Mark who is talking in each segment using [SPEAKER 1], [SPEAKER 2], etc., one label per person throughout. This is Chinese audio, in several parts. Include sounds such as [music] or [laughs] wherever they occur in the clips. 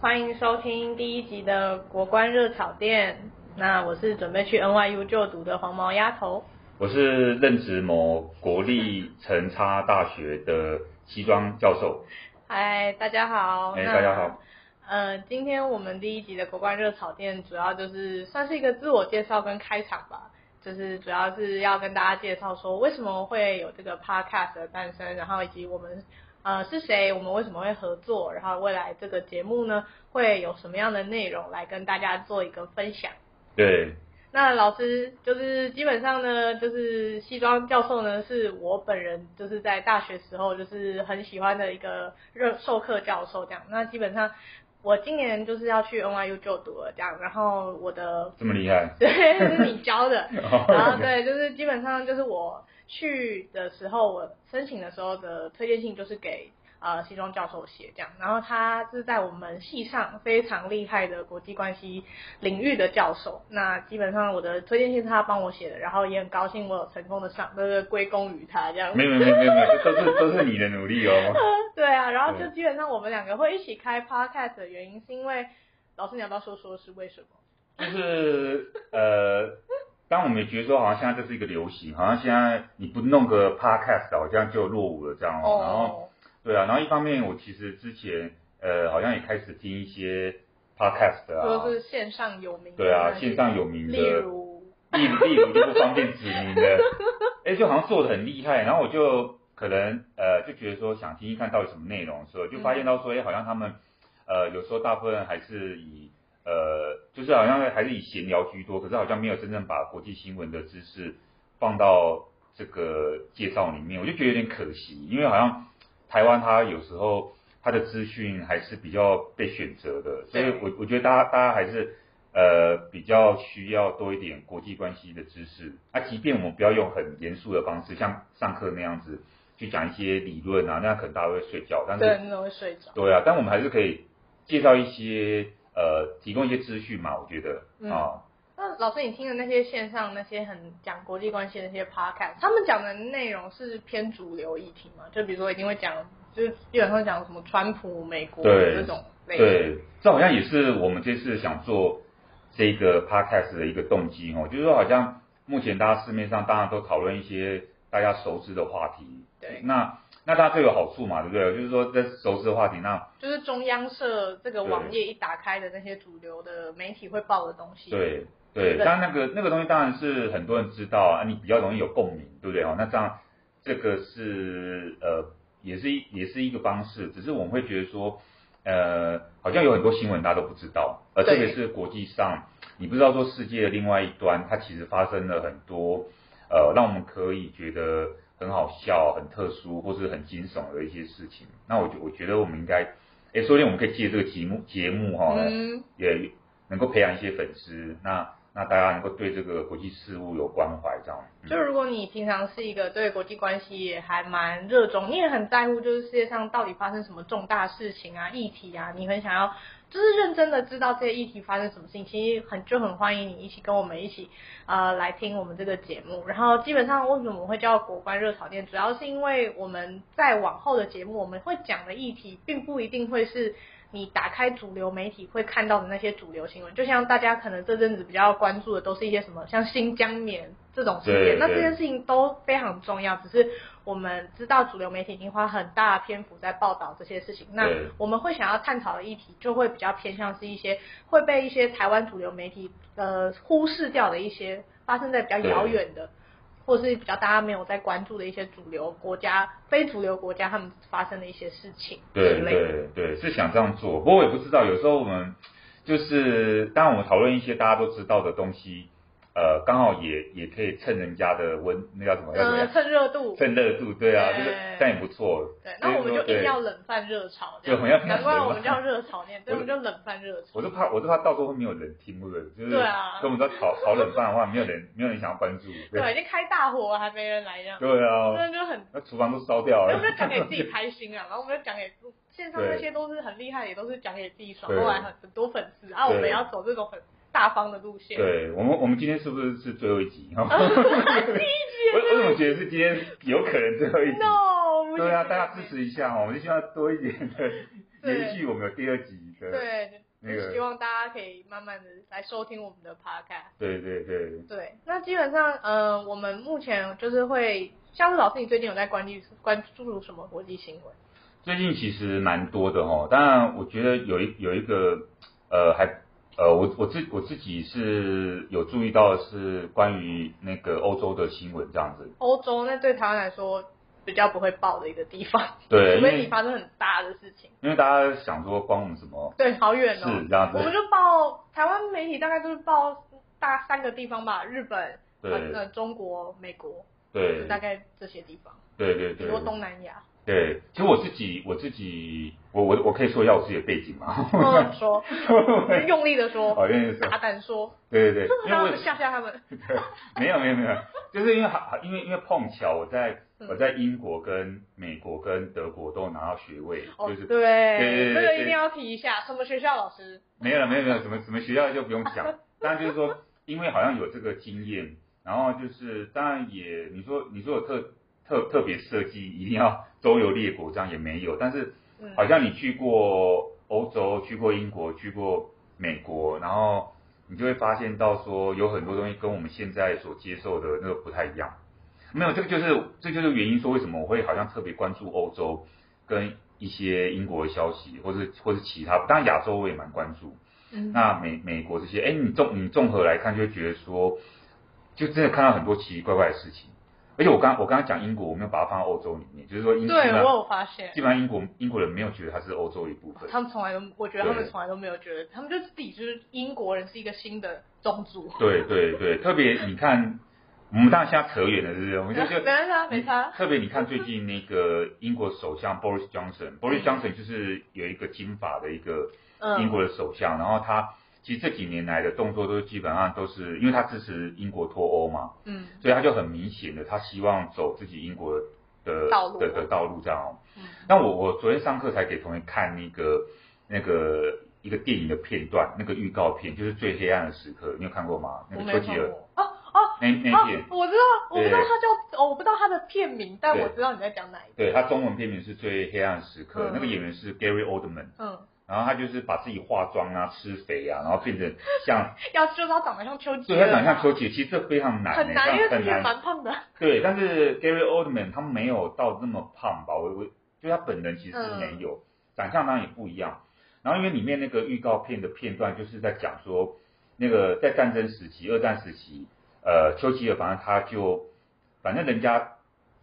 [SPEAKER 1] 欢迎收听第一集的国关热炒店。那我是准备去 NYU 就读的黄毛丫头。
[SPEAKER 2] 我是任职某国立成差大学的西装教授。
[SPEAKER 1] 嗨，大家好。
[SPEAKER 2] 哎、
[SPEAKER 1] 那
[SPEAKER 2] 大家好。
[SPEAKER 1] 呃，今天我们第一集的国关热炒店，主要就是算是一个自我介绍跟开场吧，就是主要是要跟大家介绍说为什么会有这个 podcast 的诞生，然后以及我们呃是谁，我们为什么会合作，然后未来这个节目呢会有什么样的内容来跟大家做一个分享。
[SPEAKER 2] 对，
[SPEAKER 1] 那老师就是基本上呢，就是西装教授呢，是我本人就是在大学时候就是很喜欢的一个热授课教授这样。那基本上我今年就是要去 NYU 就读了这样，然后我的。
[SPEAKER 2] 这么厉害
[SPEAKER 1] [laughs] 对是你教的，然后
[SPEAKER 2] 哦
[SPEAKER 1] 对就是基本上就是我去的时候，我申请的时候的推荐信就是给。呃，西装教授写这样，然后他是在我们系上非常厉害的国际关系领域的教授。那基本上我的推荐信是他帮我写的，然后也很高兴我有成功的上，就是归功于他这样。
[SPEAKER 2] 没有没有没有没有，都是都是你的努力哦。
[SPEAKER 1] [laughs] 对啊，然后就
[SPEAKER 2] 对
[SPEAKER 1] 基本上我们两个会一起开 podcast 的原因，是因为老师你要不要说说是为什么？
[SPEAKER 2] 就是呃，当我们觉得说好像现在这是一个流行，好像现在你不弄个 podcast 好像就落伍了这样哦。然后对啊，然后一方面我其实之前呃好像也开始听一些 podcast 啊，
[SPEAKER 1] 就是线上有名的
[SPEAKER 2] 对啊
[SPEAKER 1] 那，些
[SPEAKER 2] 线上有名的，
[SPEAKER 1] 例如
[SPEAKER 2] 例例如就不方便指名的， [laughs] 哎、就好像做的很厉害，然后我就可能呃就觉得说想听听看到底什么内容的时候，就发现到说，哎、好像他们呃有时候大部分还是以呃就是好像还是以闲聊居多，可是好像没有真正把国际新闻的知识放到这个介绍里面，我就觉得有点可惜，因为好像台湾它有时候它的资讯还是比较被选择的，所以
[SPEAKER 1] 对
[SPEAKER 2] 我我觉得大家大家还是呃比较需要多一点国际关系的知识。啊，即便我们不要用很严肃的方式，像上课那样子去讲一些理论啊，那样可能大家会睡觉，但是
[SPEAKER 1] 对那种会睡着，
[SPEAKER 2] 对啊，但我们还是可以介绍一些呃提供一些资讯嘛，我觉得
[SPEAKER 1] 嗯
[SPEAKER 2] 啊，
[SPEAKER 1] 那老师，你听的那些线上那些很讲国际关系的那些 podcast，他们讲的内容是偏主流议题嘛？就比如说一定会讲，就是基本上讲什么川普、美国
[SPEAKER 2] 对
[SPEAKER 1] 这种类型。
[SPEAKER 2] 对，这好像也是我们这次想做这个 podcast 的一个动机哦，就是说好像目前大家市面上当然都讨论一些大家熟知的话题，
[SPEAKER 1] 对
[SPEAKER 2] 那那大家各有好处嘛，对不对？就是说这熟知的话题，那
[SPEAKER 1] 就是中央社这个网页一打开的那些主流的媒体会报的东西。，
[SPEAKER 2] 对对，
[SPEAKER 1] 对
[SPEAKER 2] 当然那个那个东西当然是很多人知道啊，你比较容易有共鸣，对不对哦？那这样这个是呃也是一也是一个方式，只是我们会觉得说，呃，好像有很多新闻大家都不知道，呃，
[SPEAKER 1] 对
[SPEAKER 2] 特别是国际上，你不知道说世界的另外一端，它其实发生了很多呃让我们可以觉得很好笑、很特殊或是很惊悚的一些事情。那我觉我觉得我们应该，哎，说不定我们可以借这个节目节目哈、来
[SPEAKER 1] 嗯，
[SPEAKER 2] 也能够培养一些粉丝，那那大家能够对这个国际事务有关怀，这样。
[SPEAKER 1] 就
[SPEAKER 2] 嗯、
[SPEAKER 1] 如果你平常是一个对国际关系也还蛮热衷，你也很在乎，就是世界上到底发生什么重大事情啊、议题啊，你很想要就是认真的知道这些议题发生什么事情，其实很就很欢迎你一起跟我们一起呃来听我们这个节目。然后基本上为什么我们会叫国关热炒店，主要是因为我们在往后的节目我们会讲的议题，并不一定会是。你打开主流媒体会看到的那些主流新闻，就像大家可能这阵子比较关注的，都是一些什么像新疆棉这种事件。
[SPEAKER 2] 对
[SPEAKER 1] 那这
[SPEAKER 2] 对
[SPEAKER 1] 件事情都非常重要，只是我们知道主流媒体已经花很大的篇幅在报道这些事情。那
[SPEAKER 2] 对
[SPEAKER 1] 我们会想要探讨的议题，就会比较偏向是一些会被一些台湾主流媒体呃忽视掉的一些发生在比较遥远的，或是比较大家没有在关注的一些主流国家、非主流国家他们发生的一些事情之
[SPEAKER 2] 对
[SPEAKER 1] 类的。
[SPEAKER 2] 对对，是想这样做，不过我也不知道，有时候我们就是当然我们讨论一些大家都知道的东西，呃，刚好也也可以趁人家的温，那叫什么？要怎么
[SPEAKER 1] 呃，
[SPEAKER 2] 样？
[SPEAKER 1] 趁热度。
[SPEAKER 2] 趁热度，对啊，这个
[SPEAKER 1] 对
[SPEAKER 2] 这样也不错。
[SPEAKER 1] 对，那我们就
[SPEAKER 2] 对
[SPEAKER 1] 硬
[SPEAKER 2] 对
[SPEAKER 1] 要冷饭热炒，这
[SPEAKER 2] 对 [laughs] 我们要
[SPEAKER 1] 样，
[SPEAKER 2] 冷
[SPEAKER 1] 难怪我们
[SPEAKER 2] 饭
[SPEAKER 1] 叫热炒店，对，我
[SPEAKER 2] 我
[SPEAKER 1] 们就冷饭热炒。
[SPEAKER 2] 我是怕，我是怕到时候会没有人听，对不对？就是
[SPEAKER 1] 对啊
[SPEAKER 2] 跟我们在炒炒冷饭的话，没有人没有人想要关注。
[SPEAKER 1] 对，已啊经开大火了还没人来这样，
[SPEAKER 2] 对啊，
[SPEAKER 1] 那就很，
[SPEAKER 2] 那厨房都烧掉
[SPEAKER 1] 那
[SPEAKER 2] 了
[SPEAKER 1] 我。们就讲给自己开心啊，然后我们就讲给线上那些都是很厉害，也都是讲给自己爽，
[SPEAKER 2] 对
[SPEAKER 1] 后来很很多粉丝啊，我
[SPEAKER 2] 对
[SPEAKER 1] 们也要走这种很大方的路线。，
[SPEAKER 2] 对我们，我们今天是不是是最后一集？
[SPEAKER 1] 啊
[SPEAKER 2] 哈哈哈哈 [laughs] 我我怎么觉得是今天有可能最后
[SPEAKER 1] [laughs]
[SPEAKER 2] 一集？
[SPEAKER 1] no，不行
[SPEAKER 2] 对啊，
[SPEAKER 1] 不行
[SPEAKER 2] 大家
[SPEAKER 1] 不
[SPEAKER 2] 支
[SPEAKER 1] 行
[SPEAKER 2] 持一下哦，我们希望多一点的
[SPEAKER 1] 对
[SPEAKER 2] 延续我们有第二集的。
[SPEAKER 1] 对，
[SPEAKER 2] 那
[SPEAKER 1] 希
[SPEAKER 2] 个，
[SPEAKER 1] 望大家可以慢慢的来收听我们的 podcast。
[SPEAKER 2] 对对对，
[SPEAKER 1] 对，那基本上，呃，我们目前就是会，像是老师，你最近有在关注关注什么国际新闻？
[SPEAKER 2] 最近其实蛮多的哦，当然我觉得有一有一个呃还呃我我自我自己是有注意到的是关于那个欧洲的新闻这样子，
[SPEAKER 1] 欧洲那对台湾来说比较不会报的一个地方，
[SPEAKER 2] 对，
[SPEAKER 1] 除
[SPEAKER 2] 因
[SPEAKER 1] 非你
[SPEAKER 2] 为
[SPEAKER 1] 发生很大的事情。
[SPEAKER 2] 因为大家想说关我们什么
[SPEAKER 1] 对，好远哦。
[SPEAKER 2] 事这样
[SPEAKER 1] 我们
[SPEAKER 2] 子，
[SPEAKER 1] 就报台湾媒体大概就是报大三个地方吧，日本、呃
[SPEAKER 2] 对
[SPEAKER 1] 呃中国、美国，
[SPEAKER 2] 对
[SPEAKER 1] 大概这些地方，
[SPEAKER 2] 对对
[SPEAKER 1] 比如说
[SPEAKER 2] 对
[SPEAKER 1] 东南
[SPEAKER 2] [laughs]
[SPEAKER 1] 亚。
[SPEAKER 2] 对，其实我自己我自己我我我可以说一下我自己的背景吗？ [laughs]
[SPEAKER 1] 嗯，说，用力的说，
[SPEAKER 2] 好愿意说，
[SPEAKER 1] 大胆说，
[SPEAKER 2] 哦对对对，因
[SPEAKER 1] 让
[SPEAKER 2] 为
[SPEAKER 1] 他
[SPEAKER 2] 我
[SPEAKER 1] 们吓吓他们。
[SPEAKER 2] 没有没有没有，就是因为好因为因为碰巧我在
[SPEAKER 1] 嗯
[SPEAKER 2] 我在英国跟美国跟德国都有拿到学位，
[SPEAKER 1] 哦，
[SPEAKER 2] 就是
[SPEAKER 1] 对，
[SPEAKER 2] 对对
[SPEAKER 1] 这个一
[SPEAKER 2] 对
[SPEAKER 1] 定要提一下，什么学校老师？
[SPEAKER 2] 没有没有没有什么什么学校就不用讲， [laughs] 当然就是说因为好像有这个经验，然后就是当然也你说你说有特特特别设计一定要周游列国这样也没有，但是
[SPEAKER 1] 嗯，
[SPEAKER 2] 好像你去过欧洲，去过英国，去过美国，然后你就会发现到说有很多东西跟我们现在所接受的那个不太一样。没有，这个就是这就是原因，说为什么我会好像特别关注欧洲跟一些英国的消息，或是或是其他，当然亚洲我也蛮关注。
[SPEAKER 1] 嗯
[SPEAKER 2] 那美美国这些，哎，你综你综合来看，就会觉得说，就真的看到很多奇奇怪怪的事情。而且我刚我刚刚讲英国，我没有把它放到欧洲里面，就是说英基
[SPEAKER 1] 对
[SPEAKER 2] 本上
[SPEAKER 1] 我有发现，
[SPEAKER 2] 基本上英国英国人没有觉得它是欧洲一部分。
[SPEAKER 1] 他们从来都，我觉得他们
[SPEAKER 2] 对
[SPEAKER 1] 从来都没有觉得，他们就自己就是英国人是一个新的种族。
[SPEAKER 2] 对对对，特别你看，我们当然现在扯远了，是不是？我们
[SPEAKER 1] [laughs]
[SPEAKER 2] 就就
[SPEAKER 1] 没差，没差。
[SPEAKER 2] 特别你看最近那个英国首相 Boris Johnson，Boris Johnson 就是有一个金发的一个英
[SPEAKER 1] 嗯，
[SPEAKER 2] 国的首相，然后他其实这几年来的动作都基本上都是因为他支持英国脱欧嘛，
[SPEAKER 1] 嗯，
[SPEAKER 2] 所以他就很明显的他希望走自己英国的
[SPEAKER 1] 道路
[SPEAKER 2] 的的道路这样哦。
[SPEAKER 1] 嗯
[SPEAKER 2] 那我我昨天上课才给同学看那个那个一个电影的片段，那个预告片就是最黑暗的时刻，你有看过吗？那
[SPEAKER 1] 我
[SPEAKER 2] 个
[SPEAKER 1] 没
[SPEAKER 2] 丘
[SPEAKER 1] 有看
[SPEAKER 2] 吉尔
[SPEAKER 1] 过。哦哦
[SPEAKER 2] 那那
[SPEAKER 1] 哦
[SPEAKER 2] 一片，，
[SPEAKER 1] 我知道，我不知道
[SPEAKER 2] 对
[SPEAKER 1] 他叫，哦我不知道他的片名，但
[SPEAKER 2] 对
[SPEAKER 1] 我知道你在讲哪一个。
[SPEAKER 2] 对他中文片名是最黑暗的时刻，
[SPEAKER 1] 嗯
[SPEAKER 2] 那个演员是 Gary Oldman，
[SPEAKER 1] 嗯，
[SPEAKER 2] 然后他就是把自己化妆啊、吃肥啊，然后变成
[SPEAKER 1] [laughs]
[SPEAKER 2] 像，
[SPEAKER 1] 要就是他长得像丘吉
[SPEAKER 2] 对
[SPEAKER 1] 尔，
[SPEAKER 2] 他长得像丘吉尔，其实这非常难、欸，
[SPEAKER 1] 很难，因为
[SPEAKER 2] 这
[SPEAKER 1] 丘
[SPEAKER 2] 样很
[SPEAKER 1] 吉尔
[SPEAKER 2] 难。
[SPEAKER 1] 蛮胖的。
[SPEAKER 2] 对，但是 Gary Oldman 他没有到那么胖吧？我我就他本人其实
[SPEAKER 1] 嗯
[SPEAKER 2] 没有，长相当然也不一样。然后因为里面那个预告片的片段就是在讲说，那个在战争时期、二战时期，呃，丘吉尔反正他就，反正人家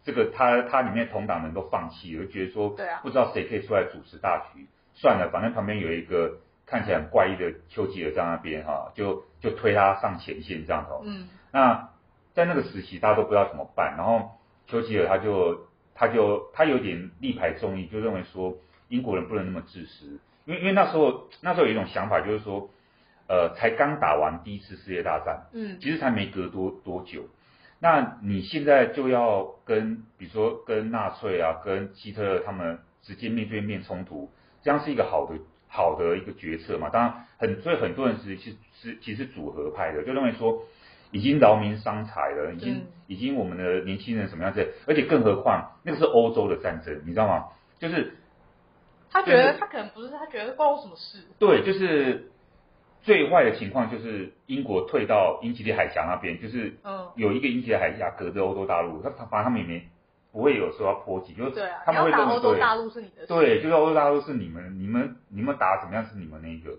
[SPEAKER 2] 这个他他里面的同党人都放弃了，就觉得说，
[SPEAKER 1] 对啊
[SPEAKER 2] 不知道谁可以出来主持大局，算了，反正旁边有一个看起来很怪异的丘吉尔在那边哈、就就推他上前线这样子哦。
[SPEAKER 1] 嗯
[SPEAKER 2] 那在那个时期，大家都不知道怎么办，然后丘吉尔他就他就他有点力排众议，就认为说英国人不能那么自私，因为因为那时候那时候有一种想法，就是说，呃，才刚打完第一次世界大战，
[SPEAKER 1] 嗯
[SPEAKER 2] 其实才没隔多多久，那你现在就要跟比如说跟纳粹啊，跟希特勒他们直接面对面冲突，这样是一个好的好的一个决策嘛？当然很所以很多人其实是其实组合派的，就认为说已经劳民伤财了，已经、
[SPEAKER 1] 嗯
[SPEAKER 2] 已经我们的年轻人什么样子，而且更何况那个是欧洲的战争，你知道吗？就是
[SPEAKER 1] 他觉得他可能不是，他觉得关我什么事？
[SPEAKER 2] 对，就是最坏的情况就是英国退到英吉利海峡那边，就是
[SPEAKER 1] 嗯，
[SPEAKER 2] 有一个英吉利海峡隔着欧洲大陆，他他反正他们也没不会有说要波及，就是
[SPEAKER 1] 对啊，
[SPEAKER 2] 他
[SPEAKER 1] 你
[SPEAKER 2] 们
[SPEAKER 1] 要打
[SPEAKER 2] 会认
[SPEAKER 1] 欧
[SPEAKER 2] 为
[SPEAKER 1] 洲
[SPEAKER 2] 对
[SPEAKER 1] 大陆是你的事。
[SPEAKER 2] 对，就是欧洲大陆是你们你们你们打怎么样是你们那个，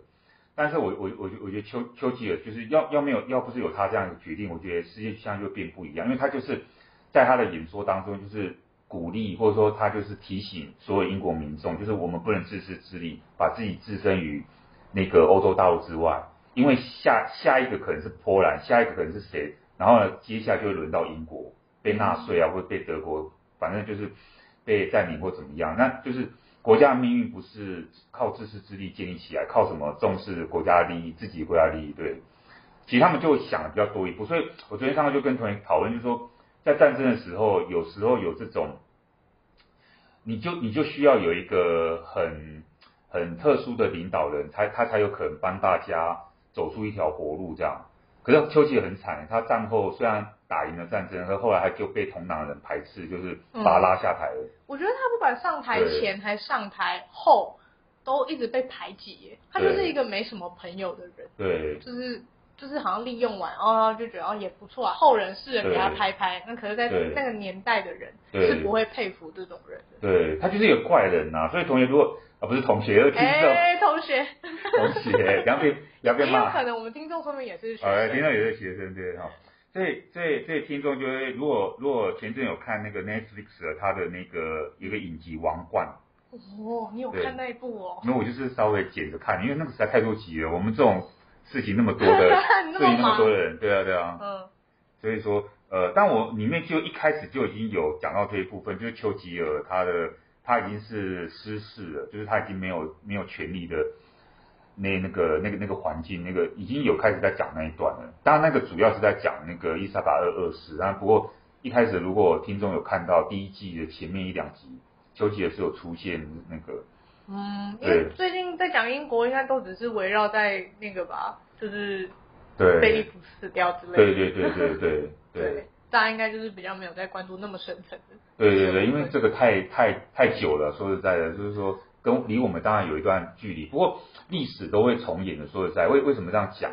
[SPEAKER 2] 但是我我我我觉得丘丘吉尔就是要要没有要不是有他这样的决定，我觉得世界现在就变不一样，因为他就是在他的演说当中就是鼓励或者说他就是提醒所有英国民众，就是我们不能自私自利，把自己置身于那个欧洲大陆之外，因为下下一个可能是波兰，下一个可能是谁，然后呢，接下来就会轮到英国被纳粹啊，或者被德国，反正就是被占领或怎么样，那就是国家的命运不是靠自私自利建立起来，靠什么重视国家利益、自己国家利益？对，其实他们就想的比较多一步，所以我昨天上课就跟同学讨论，就说在战争的时候，有时候有这种，你就你就需要有一个很很特殊的领导人，才他才有可能帮大家走出一条活路这样。可是丘吉尔很惨，他战后虽然打赢了战争，可后来他就被同党人排斥，就是把他拉下台了。
[SPEAKER 1] 我觉得他不管上台前还上台后，都一直被排挤耶，他就是一个没什么朋友的人，
[SPEAKER 2] 对
[SPEAKER 1] 就是就是好像利用完哦就觉得哦也不错啊，后人世人给他拍拍，那可是在
[SPEAKER 2] 对
[SPEAKER 1] 那个年代的人
[SPEAKER 2] 对
[SPEAKER 1] 是不会佩服这种人的。
[SPEAKER 2] 对，他就是一个怪人呐、所以同学如果啊不是同学，听众、 [laughs]
[SPEAKER 1] 哎，同学，
[SPEAKER 2] 同学，不要被不要被
[SPEAKER 1] 也有
[SPEAKER 2] 骂
[SPEAKER 1] 可。能我们听众说明也是学
[SPEAKER 2] 呃，听
[SPEAKER 1] 生，
[SPEAKER 2] 众也是学生对哈、所以所以所以听众就会，如果如果前阵有看那个 Netflix 的他的那个有个影集《王冠》，
[SPEAKER 1] 哦，你有
[SPEAKER 2] 对
[SPEAKER 1] 看那一部哦？
[SPEAKER 2] 那我就是稍微捡着看，因为那个实在太多集了，我们这种事情那么多的，
[SPEAKER 1] [laughs] 你
[SPEAKER 2] 事
[SPEAKER 1] 这
[SPEAKER 2] 情
[SPEAKER 1] 么
[SPEAKER 2] 那么
[SPEAKER 1] 忙
[SPEAKER 2] 多，的人，对啊对啊，
[SPEAKER 1] 嗯，
[SPEAKER 2] 所以说呃，但我里面就一开始就已经有讲到这一部分，就是丘吉尔他的他已经是失势了，就是他已经没有没有权利的。那那个那个那个环境，那个已经有开始在讲那一段了。当然，那个主要是在讲那个伊莎白二二世。但不过一开始，如果听众有看到第一季的前面一两集，丘吉尔是有出现那个
[SPEAKER 1] 嗯，因
[SPEAKER 2] 对
[SPEAKER 1] 为最近在讲英国，应该都只是围绕在那个吧，就是
[SPEAKER 2] 对
[SPEAKER 1] 菲利普死掉之类的。
[SPEAKER 2] 对对对对对对
[SPEAKER 1] [laughs] 对，大家应该就是比较没有在关注那么深层的。
[SPEAKER 2] 对对对，因为这个太太太久了，说实在的，就是说跟离我们当然有一段距离，不过历史都会重演的。说实在，为为什么这样讲？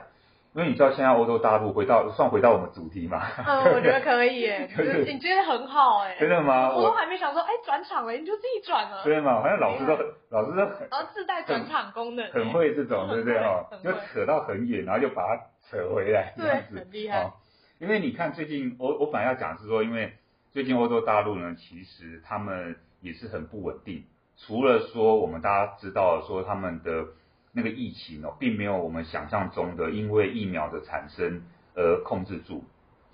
[SPEAKER 2] 因为你知道现在欧洲大陆回到算回到我们主题嘛？ [laughs]
[SPEAKER 1] 嗯，我觉得可以耶，
[SPEAKER 2] 对对
[SPEAKER 1] 你你觉得很好哎。
[SPEAKER 2] 真的吗？
[SPEAKER 1] 我都
[SPEAKER 2] 啊我
[SPEAKER 1] 还没想说，哎，转场了，你就自己转了，
[SPEAKER 2] 真的吗？好像老师都老师都很
[SPEAKER 1] 然后自带转场功能，
[SPEAKER 2] 很，会这种，对不对哦？
[SPEAKER 1] 很
[SPEAKER 2] 就
[SPEAKER 1] 会
[SPEAKER 2] 扯到很远，然后就把它扯回来，这
[SPEAKER 1] 对
[SPEAKER 2] 样，子。
[SPEAKER 1] 很厉害。
[SPEAKER 2] 哦。因为你看最近，我我本来要讲是说，因为最近欧洲大陆呢，其实他们也是很不稳定。除了说我们大家知道说他们的那个疫情哦，并没有我们想象中的因为疫苗的产生而控制住。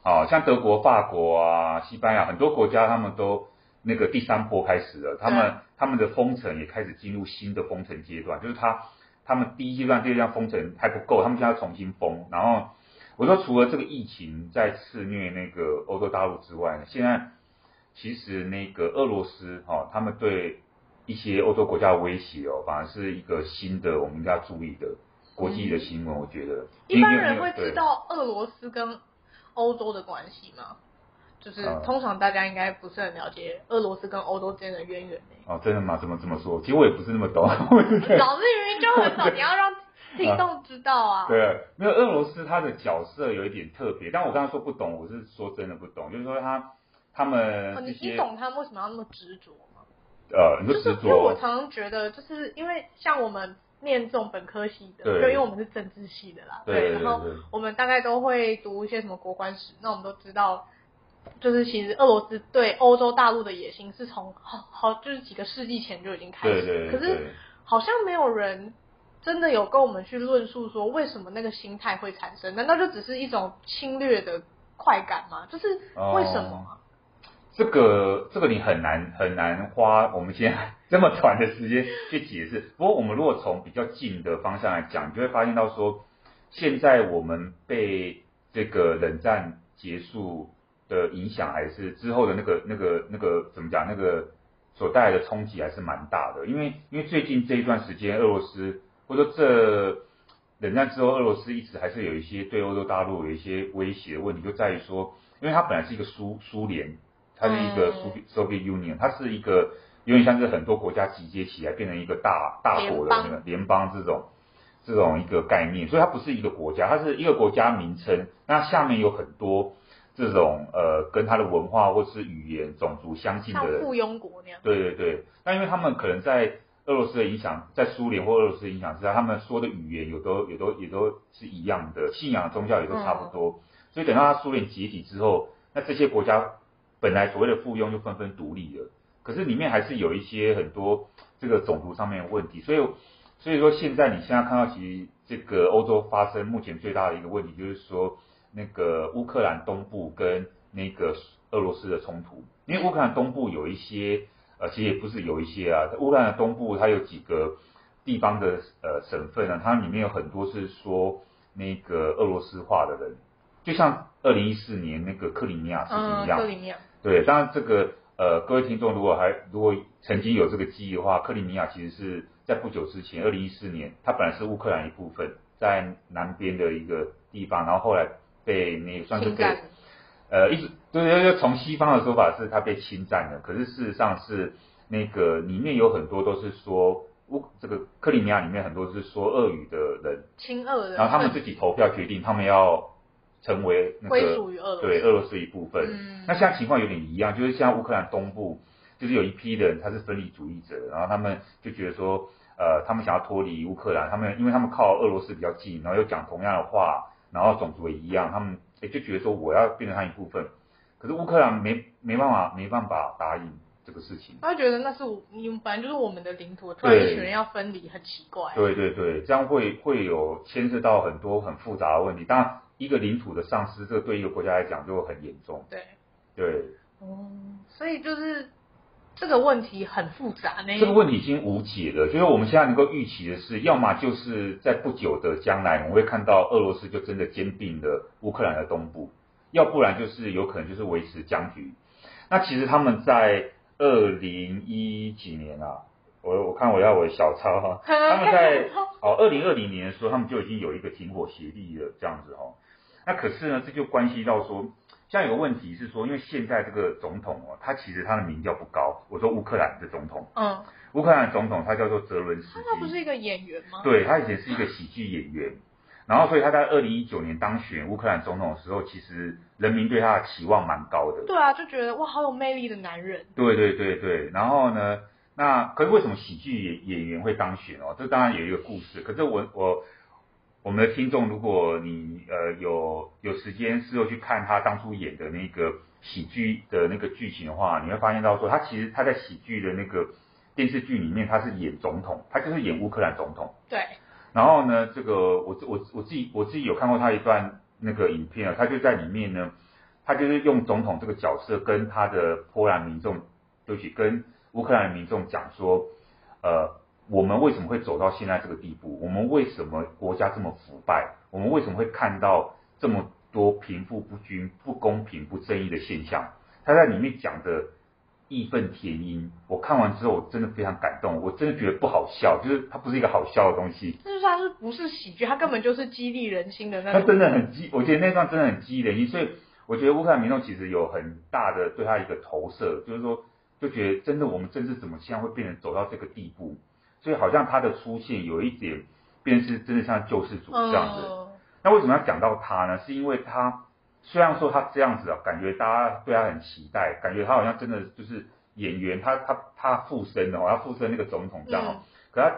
[SPEAKER 2] 啊、像德国、法国啊、西班牙很多国家，他们都那个第三波开始了，他们他们的封城也开始进入新的封城阶段，就是他他们第一阶段、第二阶段封城还不够，他们现在要重新封。然后我说，除了这个疫情在肆虐那个欧洲大陆之外呢，现在其实那个俄罗斯哦，他们对一些欧洲国家的威胁哦，反而是一个新的我们应该要注意的国际的新闻，我觉得
[SPEAKER 1] 嗯一般
[SPEAKER 2] 因为
[SPEAKER 1] 人会
[SPEAKER 2] 对
[SPEAKER 1] 知道俄罗斯跟欧洲的关系吗？就是
[SPEAKER 2] 嗯
[SPEAKER 1] 通常大家应该不是很了解俄罗斯跟欧洲之间的渊源耶
[SPEAKER 2] 哦，真的吗？怎么怎么说？其实我也不是那么
[SPEAKER 1] [laughs]
[SPEAKER 2] 懂。
[SPEAKER 1] 老师明明就很
[SPEAKER 2] [laughs]
[SPEAKER 1] 懂，你要让听众知道啊。
[SPEAKER 2] 啊对，没有俄罗斯它的角色有一点特别，但我刚才说不懂，我是说真的不懂，就是说他他
[SPEAKER 1] 哦
[SPEAKER 2] 们
[SPEAKER 1] 你
[SPEAKER 2] 这
[SPEAKER 1] 你
[SPEAKER 2] 些、
[SPEAKER 1] 懂他们为什么要那么执着吗？
[SPEAKER 2] 呃，你
[SPEAKER 1] 就
[SPEAKER 2] 说
[SPEAKER 1] 是
[SPEAKER 2] 执
[SPEAKER 1] 因为我
[SPEAKER 2] 着，
[SPEAKER 1] 常常觉得，就是因为像我们念这种本科系的，
[SPEAKER 2] 对
[SPEAKER 1] 就因为我们是政治系的啦，
[SPEAKER 2] 对对
[SPEAKER 1] 然后
[SPEAKER 2] 对，
[SPEAKER 1] 我们大概都会读一些什么国关史，那我们都知道，就是其实俄罗斯对欧洲大陆的野心是从好好就是几个世纪前就已经开
[SPEAKER 2] 对
[SPEAKER 1] 始，
[SPEAKER 2] 对
[SPEAKER 1] 可是
[SPEAKER 2] 对，
[SPEAKER 1] 好像没有人。真的有跟我们去论述说为什么那个心态会产生？难道就只是一种侵略的快感吗？就是
[SPEAKER 2] 哦
[SPEAKER 1] 为什么啊？
[SPEAKER 2] 这个这个你很难很难花我们现在 [laughs] 这么短的时间去解释。不过我们如果从比较近的方向来讲，你就会发现到说，现在我们被这个冷战结束的影响，还是之后的那个那个那个怎么讲那个所带来的冲击还是蛮大的。因为因为最近这一段时间，俄罗斯或者说这冷战之后，俄罗斯一直还是有一些对欧洲大陆有一些威胁的问题，就在于说，因为它本来是一个苏苏联，它是一个
[SPEAKER 1] 嗯
[SPEAKER 2] 苏 Soviet Union，它是一个有点像是很多国家集结起来变成一个大大国的那个联邦这种这种一个概念，所以它不是一个国家，它是一个国家名称，那下面有很多这种呃跟它的文化或是语言、种族相近
[SPEAKER 1] 像
[SPEAKER 2] 的人，
[SPEAKER 1] 附庸国那样，
[SPEAKER 2] 对对对，那因为他们可能在俄罗斯的影响，在苏联或俄罗斯的影响之下，他们说的语言有都有都也都是一样的，信仰宗教也都差不多，所以等到他苏联解体之后，那这些国家本来所谓的附庸就纷纷独立了，可是里面还是有一些很多这个种族上面的问题，所以所以说现在你现在看到，其实这个欧洲发生目前最大的一个问题就是说，那个乌克兰东部跟那个俄罗斯的冲突，因为乌克兰东部有一些呃，其实也不是有一些啊，乌克兰的东部它有几个地方的呃省份呢，它里面有很多是说那个俄罗斯话的人，就像二零一四年那个克里米亚事情
[SPEAKER 1] 嗯，
[SPEAKER 2] 啊一样，
[SPEAKER 1] 克里面
[SPEAKER 2] 对，当然这个呃，各位听众如果还如果曾经有这个记忆的话，克里米亚其实是在不久之前，二零一四年，它本来是乌克兰一部分，在南边的一个地方，然后后来被那算是
[SPEAKER 1] 侵
[SPEAKER 2] 被
[SPEAKER 1] 占
[SPEAKER 2] 呃一直对对对，从西方的说法是它被侵占了，可是事实上是那个里面有很多都是说乌这个克里米亚里面很多是说俄语的人，
[SPEAKER 1] 亲俄的，
[SPEAKER 2] 然后他们自己投票决定他们要成为那
[SPEAKER 1] 归
[SPEAKER 2] 个
[SPEAKER 1] 属于俄罗斯，
[SPEAKER 2] 对俄罗斯一部分。
[SPEAKER 1] 嗯
[SPEAKER 2] 那现在情况有点一样，就是像乌克兰东部，就是有一批人他是分离主义者，然后他们就觉得说，呃，他们想要脱离乌克兰，他们因为他们靠俄罗斯比较近，然后又讲同样的话，然后种族也一样，他们诶就觉得说我要变成他一部分。可是乌克兰没没办法没办法答应这个事情。
[SPEAKER 1] 他会觉得那是我你们本来就是我们的领土，突然一群人要分离，很奇怪。
[SPEAKER 2] 对对对，这样会会有牵涉到很多很复杂的问题。当然，一个领土的丧失，这个对一个国家来讲就很严重。
[SPEAKER 1] 对，
[SPEAKER 2] 对，
[SPEAKER 1] 哦，所以就是这个问题很复杂呢。
[SPEAKER 2] 这个问题已经无解了。就是我们现在能够预期的是，要么就是在不久的将来，我们会看到俄罗斯就真的兼并了乌克兰的东部，要不然就是有可能就是维持僵局。那其实他们在二零一几年啊，我我看我要我的小抄哈、
[SPEAKER 1] 嗯
[SPEAKER 2] 他们在哦二零二零年的时候，他们就已经有一个停火协议了，这样子哦。那可是呢，这就关系到说，现在有个问题是说，因为现在这个总统哦，他其实他的民调不高。我说乌克兰的总统，
[SPEAKER 1] 嗯，
[SPEAKER 2] 乌克兰的总统他叫做泽伦斯基，
[SPEAKER 1] 他不是一个演员吗？
[SPEAKER 2] 对他以前是一个喜剧演员，然后所以他在二零一九年当选乌克兰总统的时候，其实人民对他的期望蛮高的。
[SPEAKER 1] 对啊，就觉得哇，好有魅力的男人。
[SPEAKER 2] 对对对对，然后呢，那可是为什么喜剧演演员会当选哦？这当然有一个故事，可是我我我们的听众，如果你呃有有时间事后去看他当初演的那个喜剧的那个剧情的话，你会发现到说，他其实他在喜剧的那个电视剧里面，他是演总统，他就是演乌克兰总统。
[SPEAKER 1] 对，
[SPEAKER 2] 然后呢，这个我自我自我自己我自己有看过他一段那个影片啊，他就在里面呢，他就是用总统这个角色跟他的波兰民众，对不起，跟乌克兰民众讲说，呃，我们为什么会走到现在这个地步？我们为什么国家这么腐败？我们为什么会看到这么多贫富不均、不公平、不正义的现象？他在里面讲的义愤填膺，我看完之后我真的非常感动，我真的觉得不好笑，就是它不是一个好笑的东西。
[SPEAKER 1] 那就算是不是喜剧，他根本就是激励人心的那
[SPEAKER 2] 他
[SPEAKER 1] 种。
[SPEAKER 2] 真的很激，我觉得那段真的很激人，所以我觉得乌克兰民众其实有很大的对他一个投射，就是说就觉得真的我们政治怎么现在会变成走到这个地步，所以好像他的出现有一点变成是真的像救世主这样子。
[SPEAKER 1] 嗯，
[SPEAKER 2] 那为什么要讲到他呢？是因为他虽然说他这样子啊，感觉大家对他很期待，感觉他好像真的就是演员，他他他附身哦，他附身那个总统这样哦，
[SPEAKER 1] 嗯
[SPEAKER 2] 可他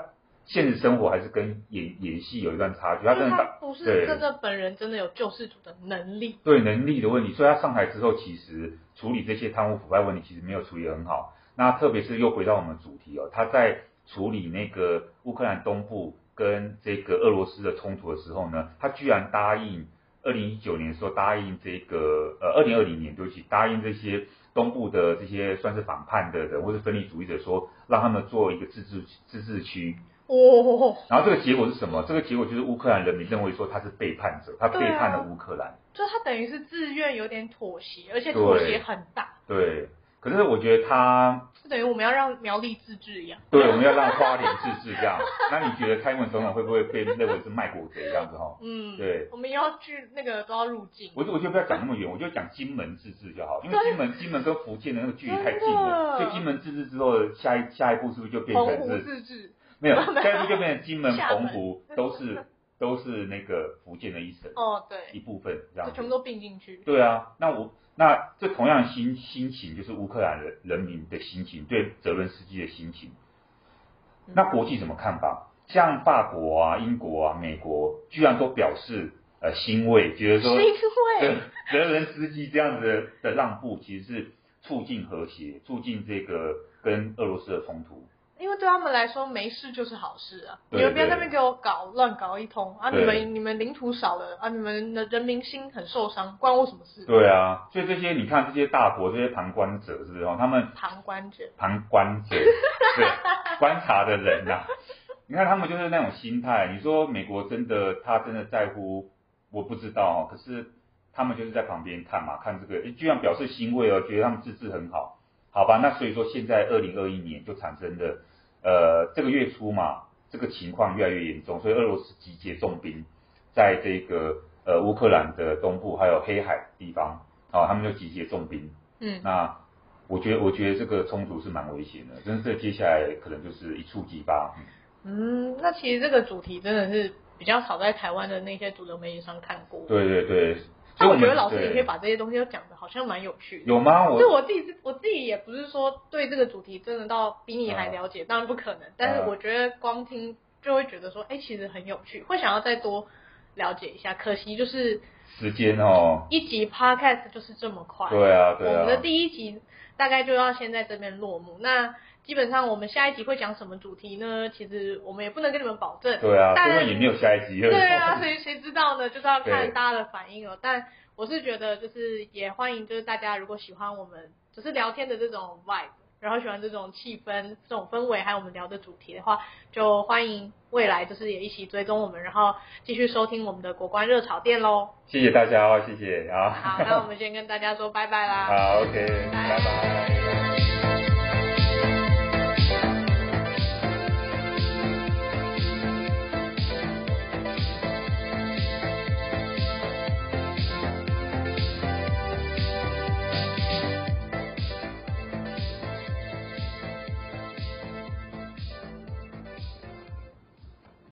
[SPEAKER 2] 现实生活还是跟演演戏有一段差距，他
[SPEAKER 1] 因为
[SPEAKER 2] 真的
[SPEAKER 1] 他
[SPEAKER 2] 大
[SPEAKER 1] 不是
[SPEAKER 2] 对
[SPEAKER 1] 真的本人真的有救世主的能力。
[SPEAKER 2] 对能力的问题，所以他上台之后，其实处理这些贪污腐败问题，其实没有处理得很好。那特别是又回到我们主题哦，他在处理那个乌克兰东部跟这个俄罗斯的冲突的时候呢，他居然答应二零一九年的时候答应这个呃二零二零年对不起，答应这些东部的这些算是反叛的人或是分离主义者说，让他们做一个自治自治区。
[SPEAKER 1] 哦，
[SPEAKER 2] 然后这个结果是什么？这个结果就是乌克兰人民认为说他是背叛者，他背叛了乌克兰。
[SPEAKER 1] 就他等于是自愿有点妥协，而且妥协很大，
[SPEAKER 2] 对，可是我觉得他，
[SPEAKER 1] 就等于我们要让苗栗自治一样。
[SPEAKER 2] 对，我们要让花莲自治这样。 [laughs] 那你觉得蔡英文总统会不会被认为是卖国贼这样子哈？
[SPEAKER 1] 嗯，
[SPEAKER 2] 对，
[SPEAKER 1] 我们也要去那个都要入境。
[SPEAKER 2] 我就我就不要讲那么远，我就讲金门自治就好，因为金门金门跟福建的那个距离太近了，
[SPEAKER 1] 真的
[SPEAKER 2] 所以金门自治之后，下一下一步是不是就变
[SPEAKER 1] 澎
[SPEAKER 2] 成
[SPEAKER 1] 湖
[SPEAKER 2] 是
[SPEAKER 1] 自治，[laughs]
[SPEAKER 2] 没有，下一步就变成金门、
[SPEAKER 1] 厦
[SPEAKER 2] 澎
[SPEAKER 1] 门
[SPEAKER 2] 湖都是都是那个福建的一省
[SPEAKER 1] 哦，
[SPEAKER 2] 一
[SPEAKER 1] 对，
[SPEAKER 2] 部分这
[SPEAKER 1] 就
[SPEAKER 2] 样
[SPEAKER 1] 全部
[SPEAKER 2] 子。
[SPEAKER 1] 都并进去。
[SPEAKER 2] 对啊，那我那这同样的心心情就是乌克兰人人民的心情，对泽伦斯基的心情。
[SPEAKER 1] 嗯
[SPEAKER 2] 那国际怎么看法？像法国啊、英国啊、美国，居然都表示呃欣慰，觉得
[SPEAKER 1] 是
[SPEAKER 2] 说
[SPEAKER 1] 因
[SPEAKER 2] 泽
[SPEAKER 1] 为
[SPEAKER 2] 泽伦斯基这样子的让步，其实是促进和谐，促进这个跟俄罗斯的冲突。
[SPEAKER 1] 因为对他们来说没事就是好事啊，
[SPEAKER 2] 对
[SPEAKER 1] 你们不要在那边给我搞乱搞一通啊！
[SPEAKER 2] 对
[SPEAKER 1] 你们你们领土少了啊，你们的人民心很受伤，关我什么事？
[SPEAKER 2] 对啊，所以这些你看这些大国这些旁观者是不是哦？他们
[SPEAKER 1] 旁观者，
[SPEAKER 2] 旁观者对观察的人呐、啊你看他们就是那种心态。你说美国真的他真的在乎，我不知道哦，可是他们就是在旁边看嘛，看这个，诶居然表示欣慰哦，觉得他们自治很好，好吧？那所以说现在二零二一年就产生了，呃，这个月初嘛，这个情况越来越严重，所以俄罗斯集结重兵，在这个呃哦乌克兰的东部还有黑海地方，啊、他们就集结重兵。
[SPEAKER 1] 嗯，
[SPEAKER 2] 那我觉得我觉得这个冲突是蛮危险的，真是接下来可能就是一触即发。嗯
[SPEAKER 1] 嗯，那其实这个主题真的是比较少在台湾的那些主流媒体上看过。
[SPEAKER 2] 对对对，
[SPEAKER 1] 但
[SPEAKER 2] 所
[SPEAKER 1] 啊
[SPEAKER 2] 以
[SPEAKER 1] 我
[SPEAKER 2] 们
[SPEAKER 1] 觉得老师也可以
[SPEAKER 2] 对
[SPEAKER 1] 把这些东西都讲的好像蛮有趣的。
[SPEAKER 2] 有吗？
[SPEAKER 1] 所以
[SPEAKER 2] 我
[SPEAKER 1] 我自己是，我自己也不是说对这个主题真的到比你
[SPEAKER 2] 啊
[SPEAKER 1] 还了解，当然不可能。但是我觉得光听就会觉得说，哎、其实很有趣，会想要再多了解一下。可惜就是
[SPEAKER 2] 时间哦，
[SPEAKER 1] 一集 podcast 就是这么快，
[SPEAKER 2] 对啊对
[SPEAKER 1] 我们的
[SPEAKER 2] 啊，
[SPEAKER 1] 第一集大概就要先在这边落幕。那基本上我们下一集会讲什么主题呢？其实我们也不能跟你们保证。
[SPEAKER 2] 对啊，
[SPEAKER 1] 但
[SPEAKER 2] 因为也没有下一集了。
[SPEAKER 1] 对啊，谁谁知道呢？就是要看
[SPEAKER 2] 对
[SPEAKER 1] 大家的反应哦。但我是觉得，就是也欢迎，就是大家如果喜欢我们只是聊天的这种 vibe，然后喜欢这种气氛、这种氛围，还有我们聊的主题的话，就欢迎未来就是也一起追踪我们，然后继续收听我们的国关热炒店喽。
[SPEAKER 2] 谢谢大家哦，谢谢啊。
[SPEAKER 1] 好，那我们先跟大家说拜拜啦。
[SPEAKER 2] 好，OK，拜拜。